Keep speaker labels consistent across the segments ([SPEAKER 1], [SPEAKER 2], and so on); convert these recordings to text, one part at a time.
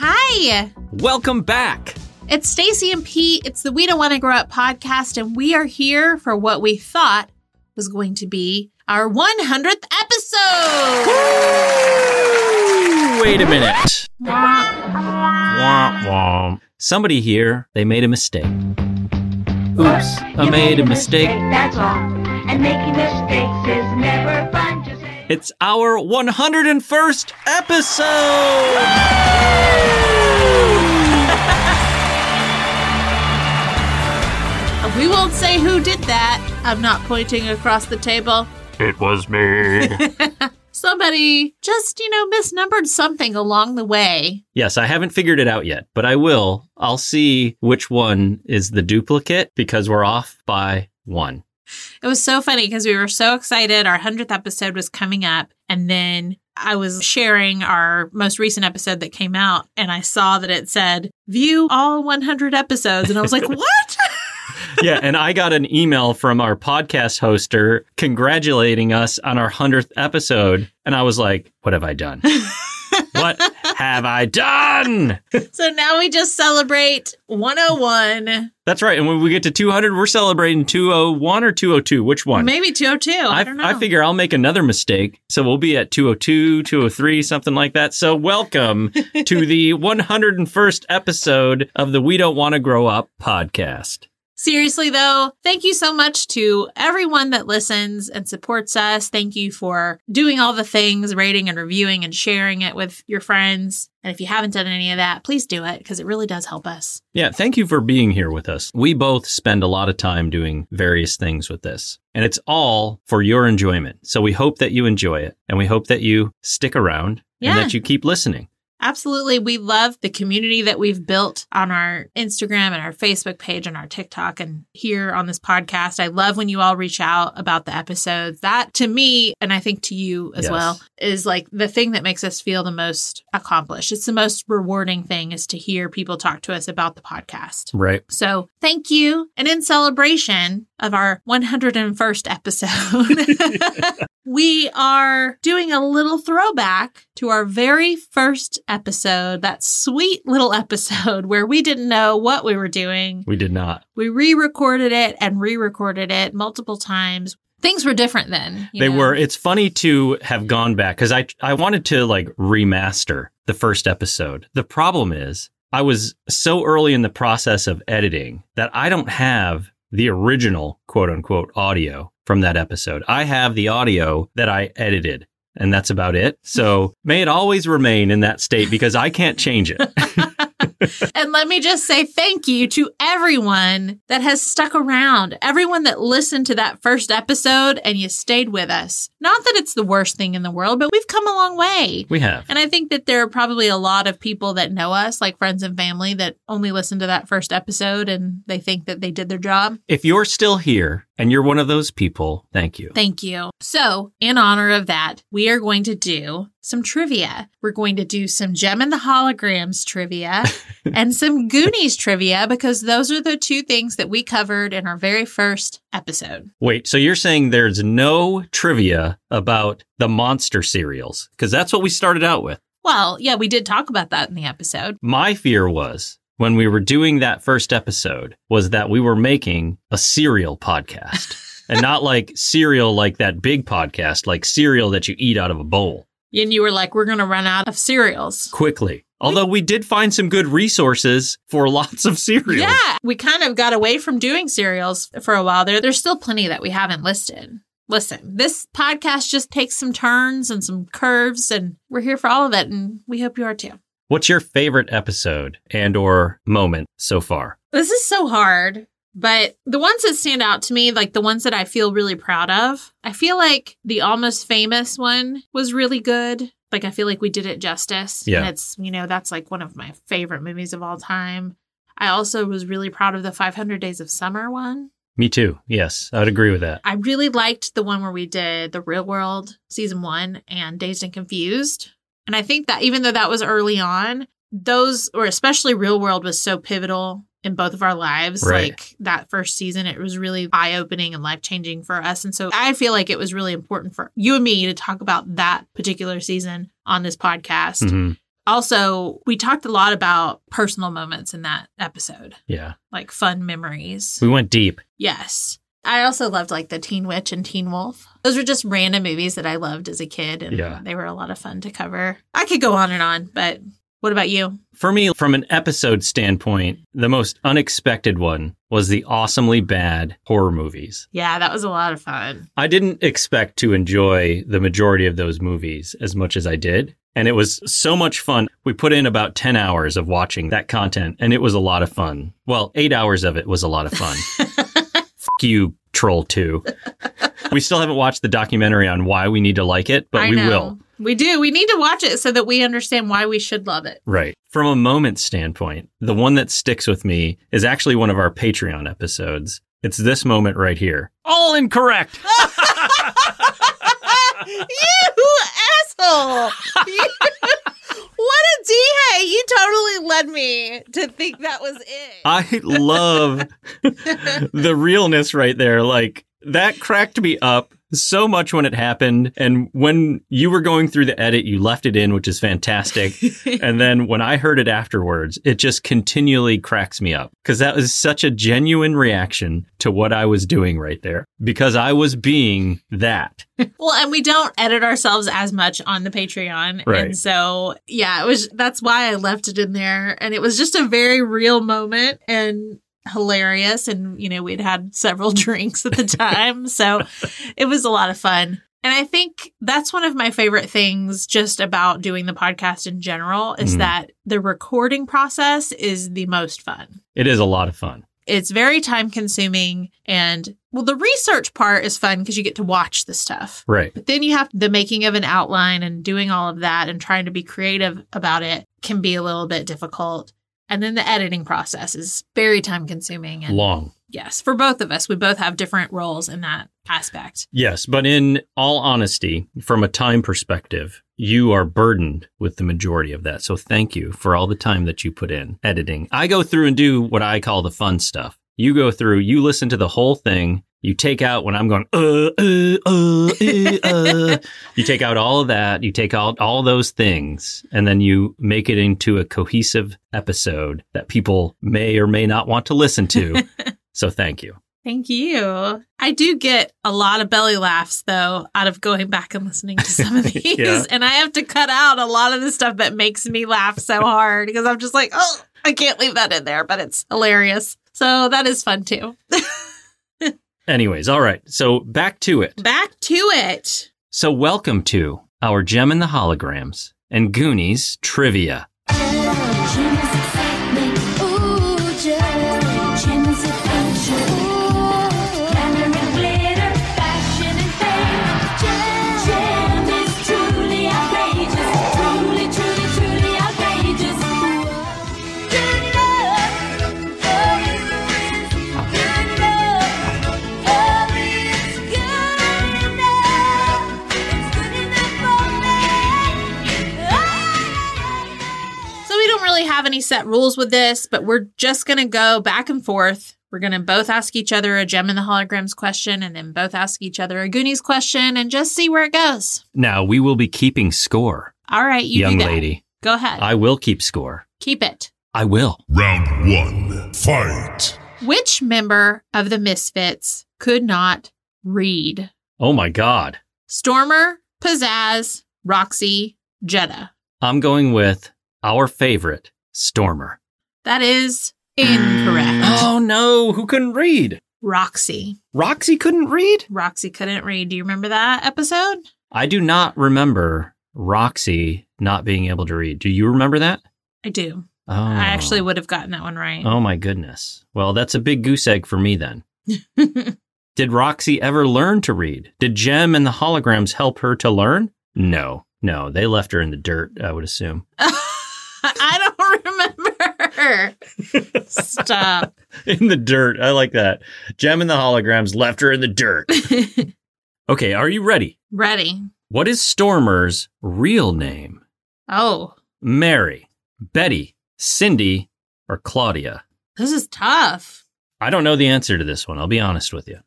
[SPEAKER 1] Hi,
[SPEAKER 2] Welcome back.
[SPEAKER 1] it's Stacy and Pete. It's the We Don't Want to Grow Up podcast, and we are here for what we thought was going to be our 100th episode.
[SPEAKER 2] Wait a minute.
[SPEAKER 1] Wah.
[SPEAKER 2] Somebody here, they made a mistake. Oops, I
[SPEAKER 3] You
[SPEAKER 2] made a mistake.
[SPEAKER 3] That's all. And making mistakes is never fun to say.
[SPEAKER 2] It's our 101st episode.
[SPEAKER 1] we won't say who did that. I'm not pointing across the table.
[SPEAKER 4] It was me.
[SPEAKER 1] Somebody just, you know, misnumbered something along the way.
[SPEAKER 2] Yes, I haven't figured it out yet, but I will. I'll see which one is the duplicate because we're off by one.
[SPEAKER 1] It was so funny because we were so excited. Our 100th episode was coming up. And then I was sharing our most recent episode that came out. And I saw that it said, view all 100 episodes. And I was like, what?
[SPEAKER 2] yeah, and I got an email from our podcast hoster congratulating us on our 100th episode. And I was like, what have I done? what have I done?
[SPEAKER 1] so now we just celebrate 101,
[SPEAKER 2] That's right. And when we get to 200, we're celebrating 201 or 202. Which one?
[SPEAKER 1] maybe 202. I,
[SPEAKER 2] I,
[SPEAKER 1] don't know.
[SPEAKER 2] I figure I'll make another mistake. So we'll be at 202, 203, something like that. So welcome to the 101st episode of the We Don't Want to Grow Up podcast.
[SPEAKER 1] Seriously, though, thank you so much to everyone that listens and supports us. Thank you for doing all the things, rating and reviewing and sharing it with your friends. And if you haven't done any of that, please do it because it really does help us.
[SPEAKER 2] Yeah, thank you for being here with us. We both spend a lot of time doing various things with this, and it's all for your enjoyment. So we hope that you enjoy it, and we hope that you stick around
[SPEAKER 1] Yeah.
[SPEAKER 2] and that you keep listening.
[SPEAKER 1] Absolutely. We love the community that we've built on our Instagram and our Facebook page and our TikTok and here on this podcast. I love when you all reach out about the episodes. That to me, and I think to you as
[SPEAKER 2] Yes.
[SPEAKER 1] well, is like the thing that makes us feel the most accomplished. It's the most rewarding thing is to hear people talk to us about the podcast.
[SPEAKER 2] Right.
[SPEAKER 1] So thank you. And in celebration of our 101st episode, we are doing a little throwback to our very first episode, that sweet little episode where we didn't know what we were doing.
[SPEAKER 2] We did not.
[SPEAKER 1] We re recorded it and re recorded it multiple times. Things were different then. you
[SPEAKER 2] They
[SPEAKER 1] know?
[SPEAKER 2] were. It's funny to have gone back because I I wanted to like remaster the first episode. The problem is I was so early in the process of editing that I don't have the original quote unquote audio from that episode. I have the audio that I edited. And that's about it. So may it always remain in that state because I can't change it.
[SPEAKER 1] And let me just say thank you to everyone that has stuck around, everyone that listened to that first episode and you stayed with us. Not that it's the worst thing in the world, but we've come a long way.
[SPEAKER 2] We have.
[SPEAKER 1] And I think that there are probably a lot of people that know us, like friends and family, that only listened to that first episode and they think that they did their job.
[SPEAKER 2] If you're still here and you're one of those people, thank you.
[SPEAKER 1] Thank you. So, in honor of that, we are going to do some trivia. We're going to do some Gem and the Holograms trivia and some Goonies trivia because those are the two things that we covered in our very first episode.
[SPEAKER 2] Wait, so you're saying there's no trivia about the monster cereals? Because that's what we started out with.
[SPEAKER 1] Well, yeah, we did talk about that in the episode.
[SPEAKER 2] My fear was when we were doing that first episode was that we were making a cereal podcast and not like cereal like that big podcast, like cereal that you eat out of a bowl
[SPEAKER 1] And you were like, we're going to run out of cereals.
[SPEAKER 2] quickly. Although we did find some good resources for lots of cereals.
[SPEAKER 1] Yeah, we kind of got away from doing cereals for a while there. There's still plenty that we haven't listed. Listen, this podcast just takes some turns and some curves, and we're here for all of it, and we hope you are too.
[SPEAKER 2] What's your favorite episode and or moment so far?
[SPEAKER 1] This is so hard, but the ones that stand out to me, like the ones that I feel really proud of, I feel like the almost famous one was really good. Like I feel like we did it justice.
[SPEAKER 2] Yeah.
[SPEAKER 1] And it's, you know, that's like one of my favorite movies of all time. I also was really proud of the 500 Days of Summer one.
[SPEAKER 2] Me too. Yes, I'd agree with that.
[SPEAKER 1] I really liked the one where we did The Real World season one and Dazed and Confused. And I think that even though that was early on, those, or especially Real World, was so pivotal in both of our lives.
[SPEAKER 2] Right.
[SPEAKER 1] Like that first season, it was really eye opening and life changing for us. And so I feel like it was really important for you and me to talk about that particular season on this podcast.
[SPEAKER 2] hmm
[SPEAKER 1] Also, we talked a lot about personal moments in that episode,
[SPEAKER 2] Yeah.
[SPEAKER 1] like fun memories.
[SPEAKER 2] We went deep.
[SPEAKER 1] Yes. I also loved like the Teen Witch and Teen Wolf. Those were just random movies that I loved as a kid and
[SPEAKER 2] Yeah.
[SPEAKER 1] they were a lot of fun to cover. I could go on and on, but what about you?
[SPEAKER 2] For me, from an episode standpoint, the most unexpected one was the awesomely bad horror movies.
[SPEAKER 1] Yeah, that was a lot of fun.
[SPEAKER 2] I didn't expect to enjoy the majority of those movies as much as I did. And it was so much fun. We put in about 10 hours of watching that content, and it was a lot of fun. Well, eight hours of it was a lot of fun. F you, Troll 2. we still haven't watched the documentary on why we need to like it, but
[SPEAKER 1] I
[SPEAKER 2] we
[SPEAKER 1] know.
[SPEAKER 2] will.
[SPEAKER 1] We do. We need to watch it so that we understand why we should love it.
[SPEAKER 2] Right. From a moment standpoint, the one that sticks with me is actually one of our Patreon episodes. It's this moment right here. All incorrect.
[SPEAKER 1] you asshole! You- what a DA! You totally led me to think that was it.
[SPEAKER 2] I love the realness right there. Like that cracked me up so much when it happened. And when you were going through the edit, you left it in, which is fantastic. and then when I heard it afterwards, it just continually cracks me up because that was such a genuine reaction to what I was doing right there because I was being that.
[SPEAKER 1] Well, and we don't edit ourselves as much on the Patreon.
[SPEAKER 2] Right.
[SPEAKER 1] And so, yeah, it was that's why I left it in there and it was just a very real moment and hilarious and you know, we'd had several drinks at the time, so it was a lot of fun. And I think that's one of my favorite things just about doing the podcast in general is
[SPEAKER 2] Mhm.
[SPEAKER 1] that the recording process is the most fun
[SPEAKER 2] It is a lot of fun.
[SPEAKER 1] it's very time consuming and well the research part is fun because you get to watch the stuff
[SPEAKER 2] Right.
[SPEAKER 1] but then you have the making of an outline and doing all of that and trying to be creative about it can be a little bit difficult and then the editing process is very time consuming and
[SPEAKER 2] Long.
[SPEAKER 1] yes for both of us we both have different roles in that aspect
[SPEAKER 2] Yes, but in all honesty, from a time perspective, you are burdened with the majority of that. So thank you for all the time that you put in editing. I go through and do what I call the fun stuff. You go through, you listen to the whole thing, you take out when I'm going, uh, uh, uh, uh, uh. you take out all of that, you take out all those things, and then you make it into a cohesive episode that people may or may not want to listen to. so thank you.
[SPEAKER 1] thank you i do get a lot of belly laughs though out of going back and listening to some of these
[SPEAKER 2] Yeah.
[SPEAKER 1] and i have to cut out a lot of the stuff that makes me laugh so hard because i'm just like oh i can't leave that in there but it's hilarious so that is fun too
[SPEAKER 2] Anyways, all right. So back to it.
[SPEAKER 1] back to it
[SPEAKER 2] So, welcome to our Gem and the Holograms and Goonies trivia.
[SPEAKER 3] Glamour and glitter, fashion and fame. Gem is truly outrageous, truly, truly, truly outrageous. Good love, love is good love, love is good enough. It's good enough for me. Oh,
[SPEAKER 1] so we don't really have any set rules with this but we're just going to go back and forth we're going to both ask each other a gem in the holograms question and then both ask each other a goonies question and just see where it goes
[SPEAKER 2] Now, we will be keeping score,
[SPEAKER 1] all right you
[SPEAKER 2] young
[SPEAKER 1] do that.
[SPEAKER 2] lady.
[SPEAKER 1] go ahead
[SPEAKER 2] I will keep score.
[SPEAKER 1] keep it
[SPEAKER 2] I will.
[SPEAKER 5] Round one, fight.
[SPEAKER 1] Which member of the Misfits could not read?
[SPEAKER 2] Oh my God.
[SPEAKER 1] Stormer, Pizzazz, Roxy, Jetta.
[SPEAKER 2] I'm going with our favorite, Stormer.
[SPEAKER 1] That is incorrect.
[SPEAKER 2] Oh no, who couldn't read?
[SPEAKER 1] Roxy.
[SPEAKER 2] Roxy couldn't read?
[SPEAKER 1] Roxy couldn't read. Do you remember that episode?
[SPEAKER 2] I do not remember Roxy not being able to read. Do you remember that?
[SPEAKER 1] I do.
[SPEAKER 2] Oh.
[SPEAKER 1] I actually would have gotten that one right.
[SPEAKER 2] Oh my goodness. Well, that's a big goose egg for me then. Did Roxy ever learn to read? Did Jem and the holograms help her to learn? No, no, they left her in the dirt, I would assume.
[SPEAKER 1] I don't remember. Stop.
[SPEAKER 2] In the dirt. I like that. Jem and the holograms left her in the dirt. okay, are you ready?
[SPEAKER 1] Ready.
[SPEAKER 2] What is Stormer's real name?
[SPEAKER 1] Oh,
[SPEAKER 2] Mary, Betty, Cindy, or Claudia?
[SPEAKER 1] this is tough.
[SPEAKER 2] I don't know the answer to this one. I'll be honest with you.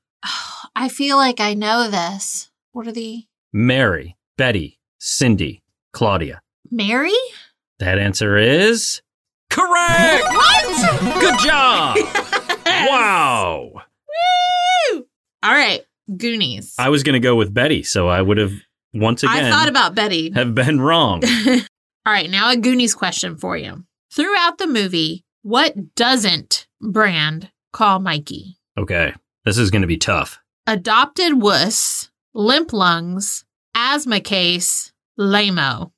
[SPEAKER 1] I feel like I know this. What are the
[SPEAKER 2] Mary, Betty, Cindy, Claudia.
[SPEAKER 1] Mary?
[SPEAKER 2] That answer is correct.
[SPEAKER 1] What?
[SPEAKER 2] Good job. Wow.
[SPEAKER 1] Woo! All right, Goonies.
[SPEAKER 2] I was going to go with Betty, so I would have once
[SPEAKER 1] I
[SPEAKER 2] again
[SPEAKER 1] thought about Betty.
[SPEAKER 2] have been wrong.
[SPEAKER 1] All right, now a Goonies question for you. Throughout the movie, what doesn't Brand call Mikey?
[SPEAKER 2] Okay. This is going to be tough.
[SPEAKER 1] Adopted wuss, limp lungs, asthma case, lamo.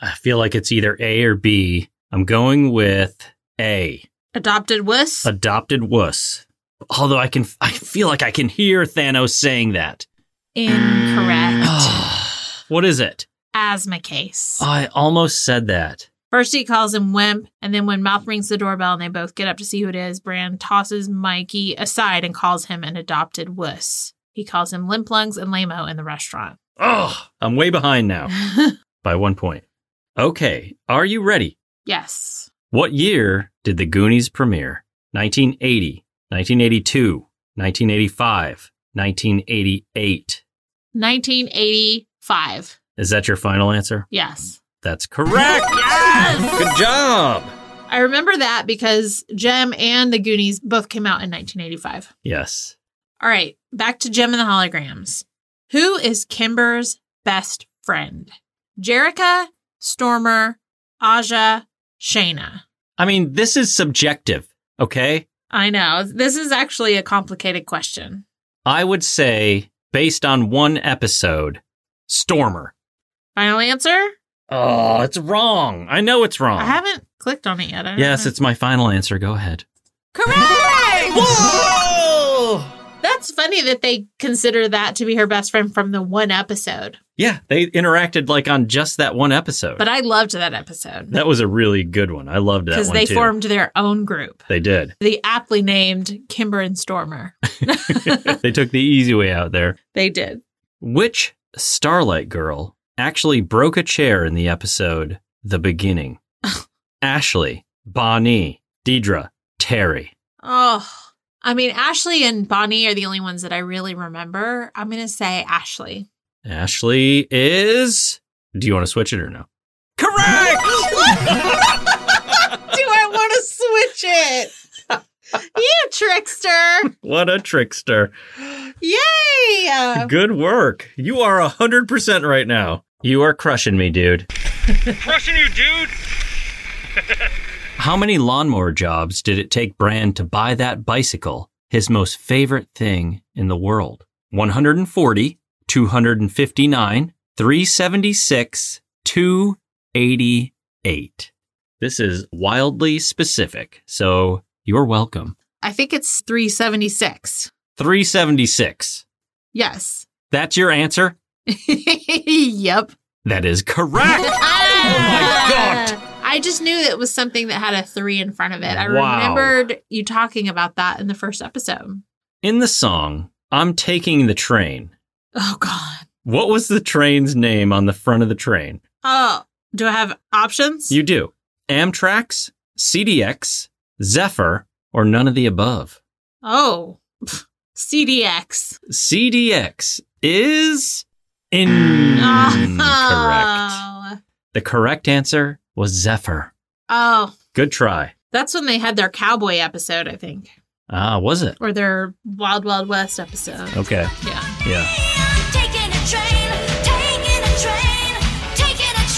[SPEAKER 2] I feel like it's either A or B. I'm going with A.
[SPEAKER 1] Adopted wuss?
[SPEAKER 2] Adopted wuss. Although I can, I feel like I can hear Thanos saying that.
[SPEAKER 1] Incorrect.
[SPEAKER 2] what is it?
[SPEAKER 1] asthma case.
[SPEAKER 2] I almost said that.
[SPEAKER 1] First, he calls him Wimp, and then when Mouth rings the doorbell and they both get up to see who it is, Bran tosses Mikey aside and calls him an adopted wuss. He calls him Limp Lungs and Lamo in the restaurant.
[SPEAKER 2] Oh, I'm way behind now by one point. Okay, are you ready?
[SPEAKER 1] yes.
[SPEAKER 2] What year did the Goonies premiere? 1980, 1982, 1985, 1988.
[SPEAKER 1] 1985.
[SPEAKER 2] Is that your final answer?
[SPEAKER 1] Yes.
[SPEAKER 2] That's correct.
[SPEAKER 1] Yes!
[SPEAKER 2] Good job.
[SPEAKER 1] I remember that because Jem and the Goonies both came out in 1985.
[SPEAKER 2] Yes.
[SPEAKER 1] All right, back to Jem and the holograms. Who is Kimber's best friend? Jerica, Stormer, Aja, Shayna.
[SPEAKER 2] I mean, this is subjective, okay?
[SPEAKER 1] I know. This is actually a complicated question.
[SPEAKER 2] I would say, based on one episode, Stormer.
[SPEAKER 1] Final answer?
[SPEAKER 2] Oh, it's wrong. I know it's wrong.
[SPEAKER 1] I haven't clicked on it yet. I don't
[SPEAKER 2] yes,
[SPEAKER 1] know.
[SPEAKER 2] it's my final answer. Go ahead.
[SPEAKER 1] correct.
[SPEAKER 2] Whoa!
[SPEAKER 1] That's funny that they consider that to be her best friend from the one episode.
[SPEAKER 2] Yeah, they interacted like on just that one episode.
[SPEAKER 1] But I loved that episode
[SPEAKER 2] that was a really good one. I loved that
[SPEAKER 1] because
[SPEAKER 2] one
[SPEAKER 1] they
[SPEAKER 2] too.
[SPEAKER 1] formed their own group,
[SPEAKER 2] they did.
[SPEAKER 1] the aptly named Kimber and Stormer.
[SPEAKER 2] they took the easy way out there.
[SPEAKER 1] they did.
[SPEAKER 2] Which Starlight Girl actually broke a chair in the episode The Beginning? Ashley, Bonnie, Deidre, Terry.
[SPEAKER 1] Oh, I mean, Ashley and Bonnie are the only ones that I really remember. I'm going to say Ashley.
[SPEAKER 2] Ashley is. Do you want to switch it or no?
[SPEAKER 1] Do I want to switch it? you trickster.
[SPEAKER 2] What a trickster.
[SPEAKER 1] Yay.
[SPEAKER 2] Good work. You are 100% right now. You are crushing me, dude.
[SPEAKER 4] Crushing you, dude!
[SPEAKER 2] How many lawnmower jobs did it take Brand to buy that bicycle, his most favorite thing in the world? 140, 259, 376, 288. This is wildly specific, so you're welcome.
[SPEAKER 1] I think it's 376.
[SPEAKER 2] 376.
[SPEAKER 1] Yes.
[SPEAKER 2] That's your answer?
[SPEAKER 1] yep.
[SPEAKER 2] That is correct.
[SPEAKER 1] Oh my God. I just knew it was something that had a three in front of it. I
[SPEAKER 2] Wow.
[SPEAKER 1] remembered you talking about that in the first episode.
[SPEAKER 2] In the song, I'm taking the train.
[SPEAKER 1] Oh, God.
[SPEAKER 2] What was the train's name on the front of the train?
[SPEAKER 1] Oh, do I have options?
[SPEAKER 2] You do. Amtrak's, CDX, Zephyr, or none of the above.
[SPEAKER 1] oh, Pff, CDX.
[SPEAKER 2] CDX is
[SPEAKER 1] Mm,
[SPEAKER 2] incorrect.
[SPEAKER 1] Oh.
[SPEAKER 2] The Hmm, correct answer was Zephyr.
[SPEAKER 1] Oh,
[SPEAKER 2] Good try.
[SPEAKER 1] that's when they had their cowboy episode, I think,
[SPEAKER 2] Ah, was it?
[SPEAKER 1] or their Wild Wild West episode.
[SPEAKER 2] Okay.
[SPEAKER 1] Yeah.
[SPEAKER 2] Yeah.
[SPEAKER 6] Taking a train, taking a train, taking a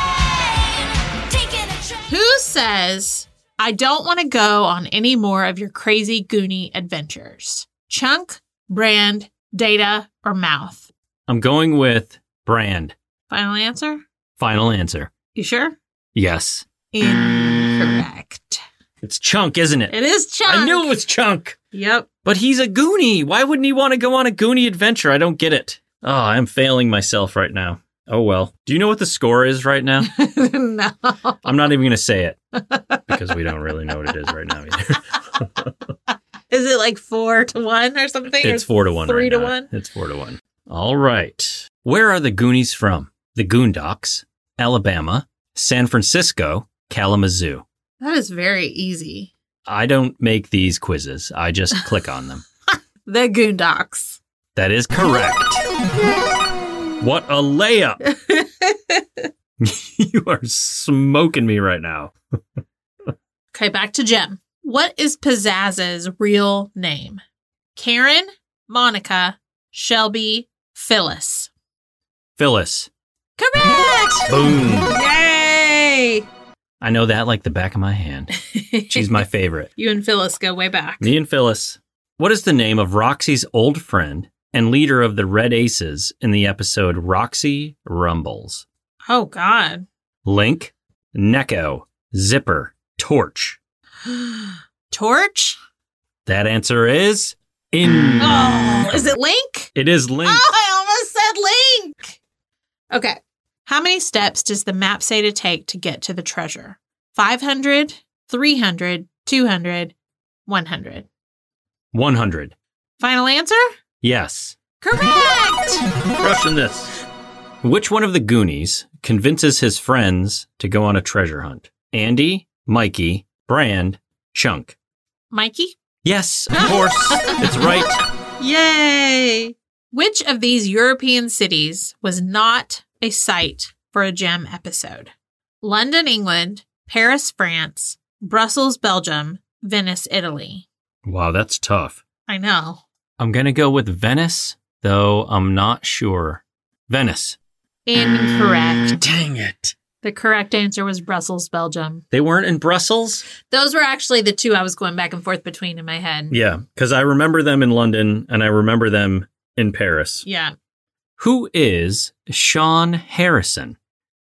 [SPEAKER 6] train, taking a train.
[SPEAKER 1] Who says, I don't want to go on any more of your crazy Goonie adventures? Chunk, Brand, Data, or Mouth?
[SPEAKER 2] I'm going with brand.
[SPEAKER 1] Final answer?
[SPEAKER 2] Final answer.
[SPEAKER 1] You sure?
[SPEAKER 2] Yes.
[SPEAKER 1] Incorrect.
[SPEAKER 2] It's Chunk, isn't it?
[SPEAKER 1] It is Chunk.
[SPEAKER 2] I knew it was Chunk.
[SPEAKER 1] Yep.
[SPEAKER 2] But he's a Goonie. Why wouldn't he want to go on a Goonie adventure? I don't get it. Oh, I'm failing myself right now. Oh well. Do you know what the score is right now?
[SPEAKER 1] no.
[SPEAKER 2] I'm not even going to say it because we don't really know what it is right now either.
[SPEAKER 1] Is it like four to one or something?
[SPEAKER 2] It's
[SPEAKER 1] Or
[SPEAKER 2] four to one.
[SPEAKER 1] Three
[SPEAKER 2] right
[SPEAKER 1] to
[SPEAKER 2] now.
[SPEAKER 1] one.
[SPEAKER 2] It's four to one. All right. Where are the Goonies from? the Goondocks, Alabama, San Francisco, Kalamazoo.
[SPEAKER 1] That is very easy.
[SPEAKER 2] I don't make these quizzes. I just click on them.
[SPEAKER 1] The Goondocks.
[SPEAKER 2] That is correct. What a layup. you are smoking me right now.
[SPEAKER 1] Okay, back to Jim. What is Pizzazz's real name? Karen, Monica, Shelby, Phyllis.
[SPEAKER 2] Phyllis.
[SPEAKER 1] Correct!
[SPEAKER 2] Boom.
[SPEAKER 1] Yay!
[SPEAKER 2] I know that like the back of my hand. She's my favorite.
[SPEAKER 1] you and Phyllis go way back.
[SPEAKER 2] Me and Phyllis. What is the name of Roxy's old friend and leader of the Red Aces in the episode Roxy Rumbles?
[SPEAKER 1] Oh, God.
[SPEAKER 2] Link, Necco, Zipper, Torch.
[SPEAKER 1] Torch?
[SPEAKER 2] That answer is in.
[SPEAKER 1] Oh, is it Link?
[SPEAKER 2] It is Link.
[SPEAKER 1] Oh, I almost said Link. Okay. How many steps does the map say to take to get to the treasure? 500, 300, 200, 100.
[SPEAKER 2] 100.
[SPEAKER 1] Final answer?
[SPEAKER 2] Yes.
[SPEAKER 1] Correct!
[SPEAKER 2] Crushing this. Which one of the Goonies convinces his friends to go on a treasure hunt? Andy, Mikey, Brand, Chunk.
[SPEAKER 1] Mikey?
[SPEAKER 2] Yes, of course. it's right.
[SPEAKER 1] Yay! Which of these European cities was not a site for a gem episode? London, England, Paris, France, Brussels, Belgium, Venice, Italy.
[SPEAKER 2] Wow, that's tough.
[SPEAKER 1] I know.
[SPEAKER 2] I'm going to go with Venice, though I'm not sure. Venice.
[SPEAKER 1] Incorrect.
[SPEAKER 2] Dang it.
[SPEAKER 1] The correct answer was Brussels, Belgium.
[SPEAKER 2] They weren't in Brussels?
[SPEAKER 1] Those were actually the two I was going back and forth between in my head.
[SPEAKER 2] Yeah, because I remember them in London and I remember them in Paris.
[SPEAKER 1] Yeah.
[SPEAKER 2] Who is Sean Harrison?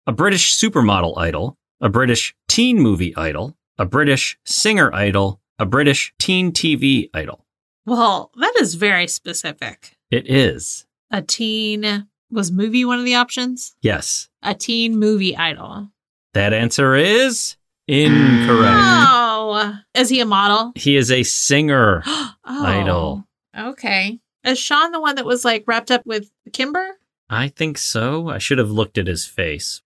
[SPEAKER 2] A British supermodel idol, a British teen movie idol, a British singer idol, a British teen TV idol.
[SPEAKER 1] Well, that is very specific.
[SPEAKER 2] It is.
[SPEAKER 1] A teen was movie one of the options?
[SPEAKER 2] Yes.
[SPEAKER 1] A teen movie idol.
[SPEAKER 2] That answer is incorrect.
[SPEAKER 1] Oh. Is he a model?
[SPEAKER 2] He is a singer.
[SPEAKER 1] oh.
[SPEAKER 2] Idol.
[SPEAKER 1] Okay. Is Sean the one that was like wrapped up with Kimber?
[SPEAKER 2] I think so. I should have looked at his face.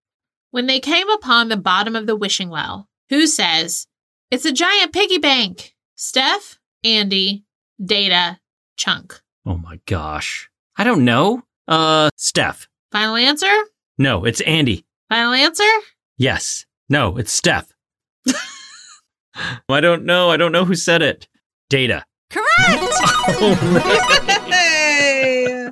[SPEAKER 1] When they came upon the bottom of the wishing well, who says, It's a giant piggy bank? Steph, Andy, Data, Chunk.
[SPEAKER 2] Oh my gosh. I don't know. Uh, Steph.
[SPEAKER 1] Final answer?
[SPEAKER 2] No, it's Andy.
[SPEAKER 1] Final answer?
[SPEAKER 2] Yes. No, it's Steph. I don't know. I don't know who said it. Data. Correct.
[SPEAKER 1] Hey!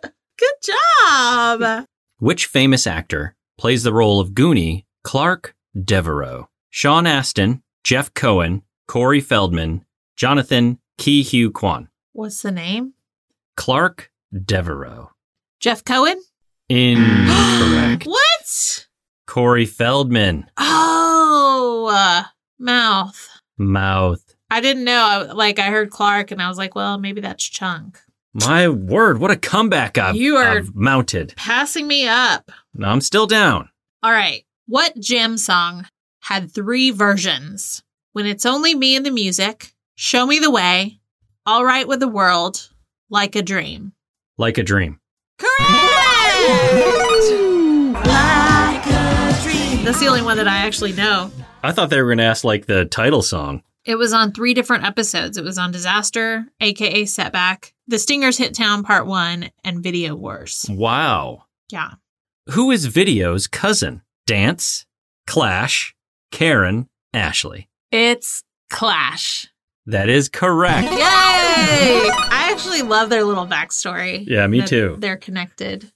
[SPEAKER 1] Good job.
[SPEAKER 2] Which famous actor plays the role of Goonie Clark Devereaux? Sean Astin, Jeff Cohen, Corey Feldman, Jonathan Ki Hugh Kwan.
[SPEAKER 1] What's the name?
[SPEAKER 2] Clark Devereaux.
[SPEAKER 1] Jeff Cohen?
[SPEAKER 2] Incorrect.
[SPEAKER 1] What?
[SPEAKER 2] Corey Feldman.
[SPEAKER 1] Oh, uh, mouth.
[SPEAKER 2] Mouth.
[SPEAKER 1] I didn't know. I- Like, I heard Clark and I was like, well, maybe that's Chunk.
[SPEAKER 2] My word, what a comeback I've,
[SPEAKER 1] You are-
[SPEAKER 2] I've mounted.
[SPEAKER 1] Passing me up.
[SPEAKER 2] I'm still down.
[SPEAKER 1] All right. What jam song had three versions? When It's Only Me and the Music, Show Me the Way, All Right with the World, Like a Dream.
[SPEAKER 2] Like a dream.
[SPEAKER 1] That's the only one that I actually know.
[SPEAKER 2] I thought they were going to ask like the title song.
[SPEAKER 1] It was on three different episodes. It was on Disaster, aka Setback, The Stingers Hit Town Part 1, and Video Wars.
[SPEAKER 2] Wow.
[SPEAKER 1] Yeah.
[SPEAKER 2] Who is Video's cousin? Dance, Clash, Karen, Ashley.
[SPEAKER 1] It's Clash.
[SPEAKER 2] That is correct.
[SPEAKER 1] Yay! I actually love their little backstory.
[SPEAKER 2] Yeah, me
[SPEAKER 1] that
[SPEAKER 2] too.
[SPEAKER 1] They're connected.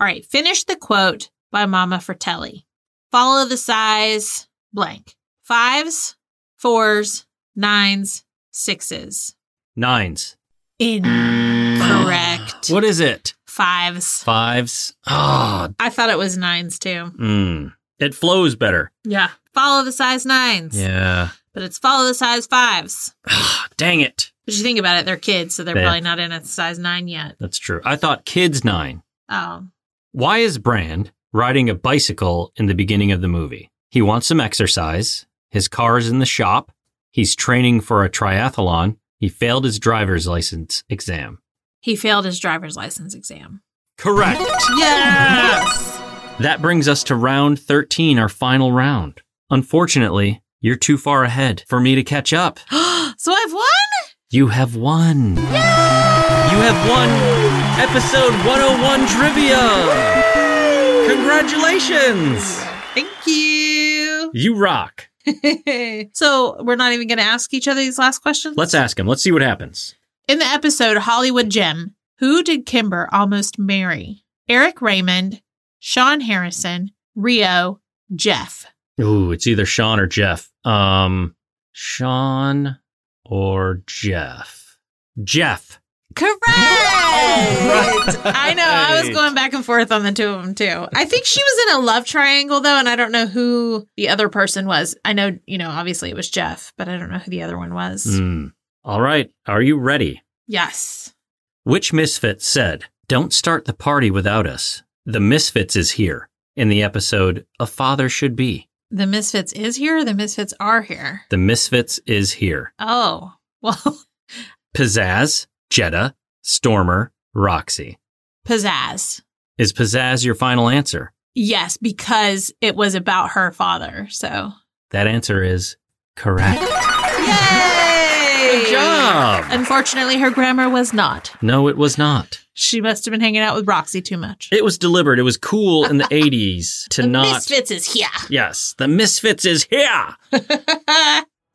[SPEAKER 1] All right, finish the quote by Mama Fratelli. Follow the size blank. Fives, fours, nines, sixes.
[SPEAKER 2] Nines.
[SPEAKER 1] Incorrect.
[SPEAKER 2] What is it?
[SPEAKER 1] Fives.
[SPEAKER 2] Fives. Ah,
[SPEAKER 1] I thought it was nines too.
[SPEAKER 2] mm. it flows better.
[SPEAKER 1] Yeah. Follow the size nines.
[SPEAKER 2] Yeah.
[SPEAKER 1] But it's follow the size fives.
[SPEAKER 2] Ah, dang it.
[SPEAKER 1] But you think about it, they're kids, so they're
[SPEAKER 2] Yeah.
[SPEAKER 1] probably not in a size nine yet.
[SPEAKER 2] That's true. I thought kids nine.
[SPEAKER 1] Oh.
[SPEAKER 2] Why is Brand riding a bicycle in the beginning of the movie? He wants some exercise. His car's in the shop. He's training for a triathlon. He failed his driver's license exam.
[SPEAKER 1] He failed his driver's license exam.
[SPEAKER 2] Correct.
[SPEAKER 1] Yes.
[SPEAKER 2] That brings us to round 13, our final round. Unfortunately, you're too far ahead for me to catch up.
[SPEAKER 1] so I've won?
[SPEAKER 2] You have won. You have won episode 101 trivia. Congratulations.
[SPEAKER 1] Thank you.
[SPEAKER 2] You rock.
[SPEAKER 1] so we're not even going to ask each other these last questions?
[SPEAKER 2] Let's ask him. Let's see what happens.
[SPEAKER 1] In the episode Hollywood Gem, who did Kimber almost marry? Eric Raymond, Sean Harrison, Rio, Jeff.
[SPEAKER 2] Ooh, it's either Sean or Jeff. Um, Sean or Jeff. Jeff.
[SPEAKER 1] Correct. I know. I was going back and forth on the two of them too. I think she was in a love triangle though, and I don't know who the other person was. I know, you know, obviously it was Jeff, but I don't know who the other one was.
[SPEAKER 2] Mm. All right. Are you ready?
[SPEAKER 1] Yes.
[SPEAKER 2] Which Misfit said, Don't start the party without us. The Misfits is here in the episode A Father Should Be.
[SPEAKER 1] The Misfits is here. The Misfits are here.
[SPEAKER 2] The Misfits is here.
[SPEAKER 1] Oh, well,
[SPEAKER 2] Pizzazz, Jetta, Stormer, Roxy.
[SPEAKER 1] pizzazz.
[SPEAKER 2] Is Pizzazz your final answer?
[SPEAKER 1] Yes, because it was about her father. So,
[SPEAKER 2] That answer is correct.
[SPEAKER 1] yay!
[SPEAKER 2] Good job.
[SPEAKER 1] Unfortunately, her grammar was not.
[SPEAKER 2] No, it was not.
[SPEAKER 1] She must have been hanging out with Roxy too much.
[SPEAKER 2] It was deliberate. It was cool in the 80s to
[SPEAKER 1] the
[SPEAKER 2] not.
[SPEAKER 1] Misfits is here.
[SPEAKER 2] Yes, the Misfits is here.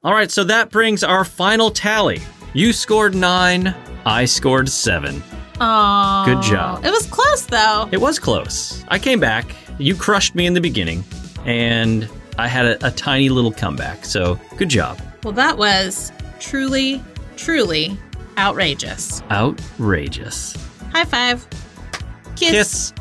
[SPEAKER 2] All right, so that brings our final tally. You scored nine, I scored seven.
[SPEAKER 1] Aww.
[SPEAKER 2] Good job.
[SPEAKER 1] It was close though.
[SPEAKER 2] It was close. I came back. You crushed me in the beginning, and I had a, a tiny little comeback. So good job.
[SPEAKER 1] Well, that was truly, truly outrageous.
[SPEAKER 2] Outrageous.
[SPEAKER 1] High five. Kiss.
[SPEAKER 2] Kiss.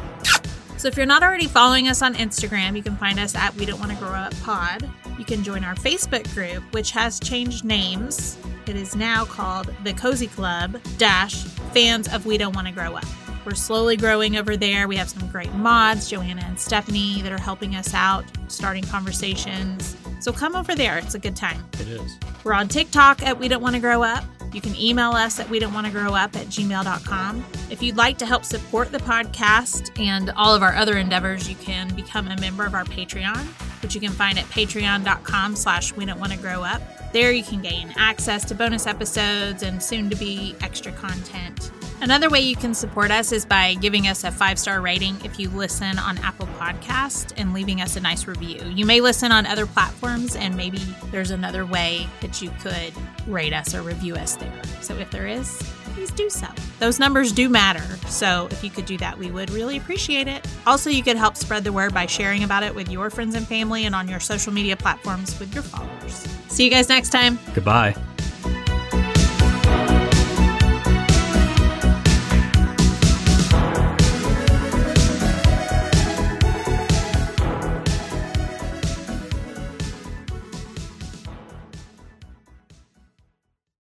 [SPEAKER 1] So if you're not already following us on Instagram, you can find us at We Don't Want to Grow Up Pod. You can join our Facebook group, which has changed names. It is now called the Cozy Club Dash Fans of We Don't Want to Grow Up. We're slowly growing over there. We have some great mods, Joanna and Stephanie, that are helping us out, starting conversations. So come over there. It's a good time.
[SPEAKER 2] It is.
[SPEAKER 1] We're on TikTok at We Don't Want to Grow Up. You can email us at we don't want to grow up at gmail.com. If you'd like to help support the podcast and all of our other endeavors, you can become a member of our Patreon, which you can find at patreon.com slash we don't want to grow up. There you can gain access to bonus episodes and soon to be extra content. Another way you can support us is by giving us a five star rating if you listen on Apple Podcast and leaving us a nice review. You may listen on other platforms, and maybe there's another way that you could rate us or review us there. So if there is, please do so. Those numbers do matter. So if you could do that, we would really appreciate it. Also, you could help spread the word by sharing about it with your friends and family and on your social media platforms with your followers. See you guys next time.
[SPEAKER 2] Goodbye.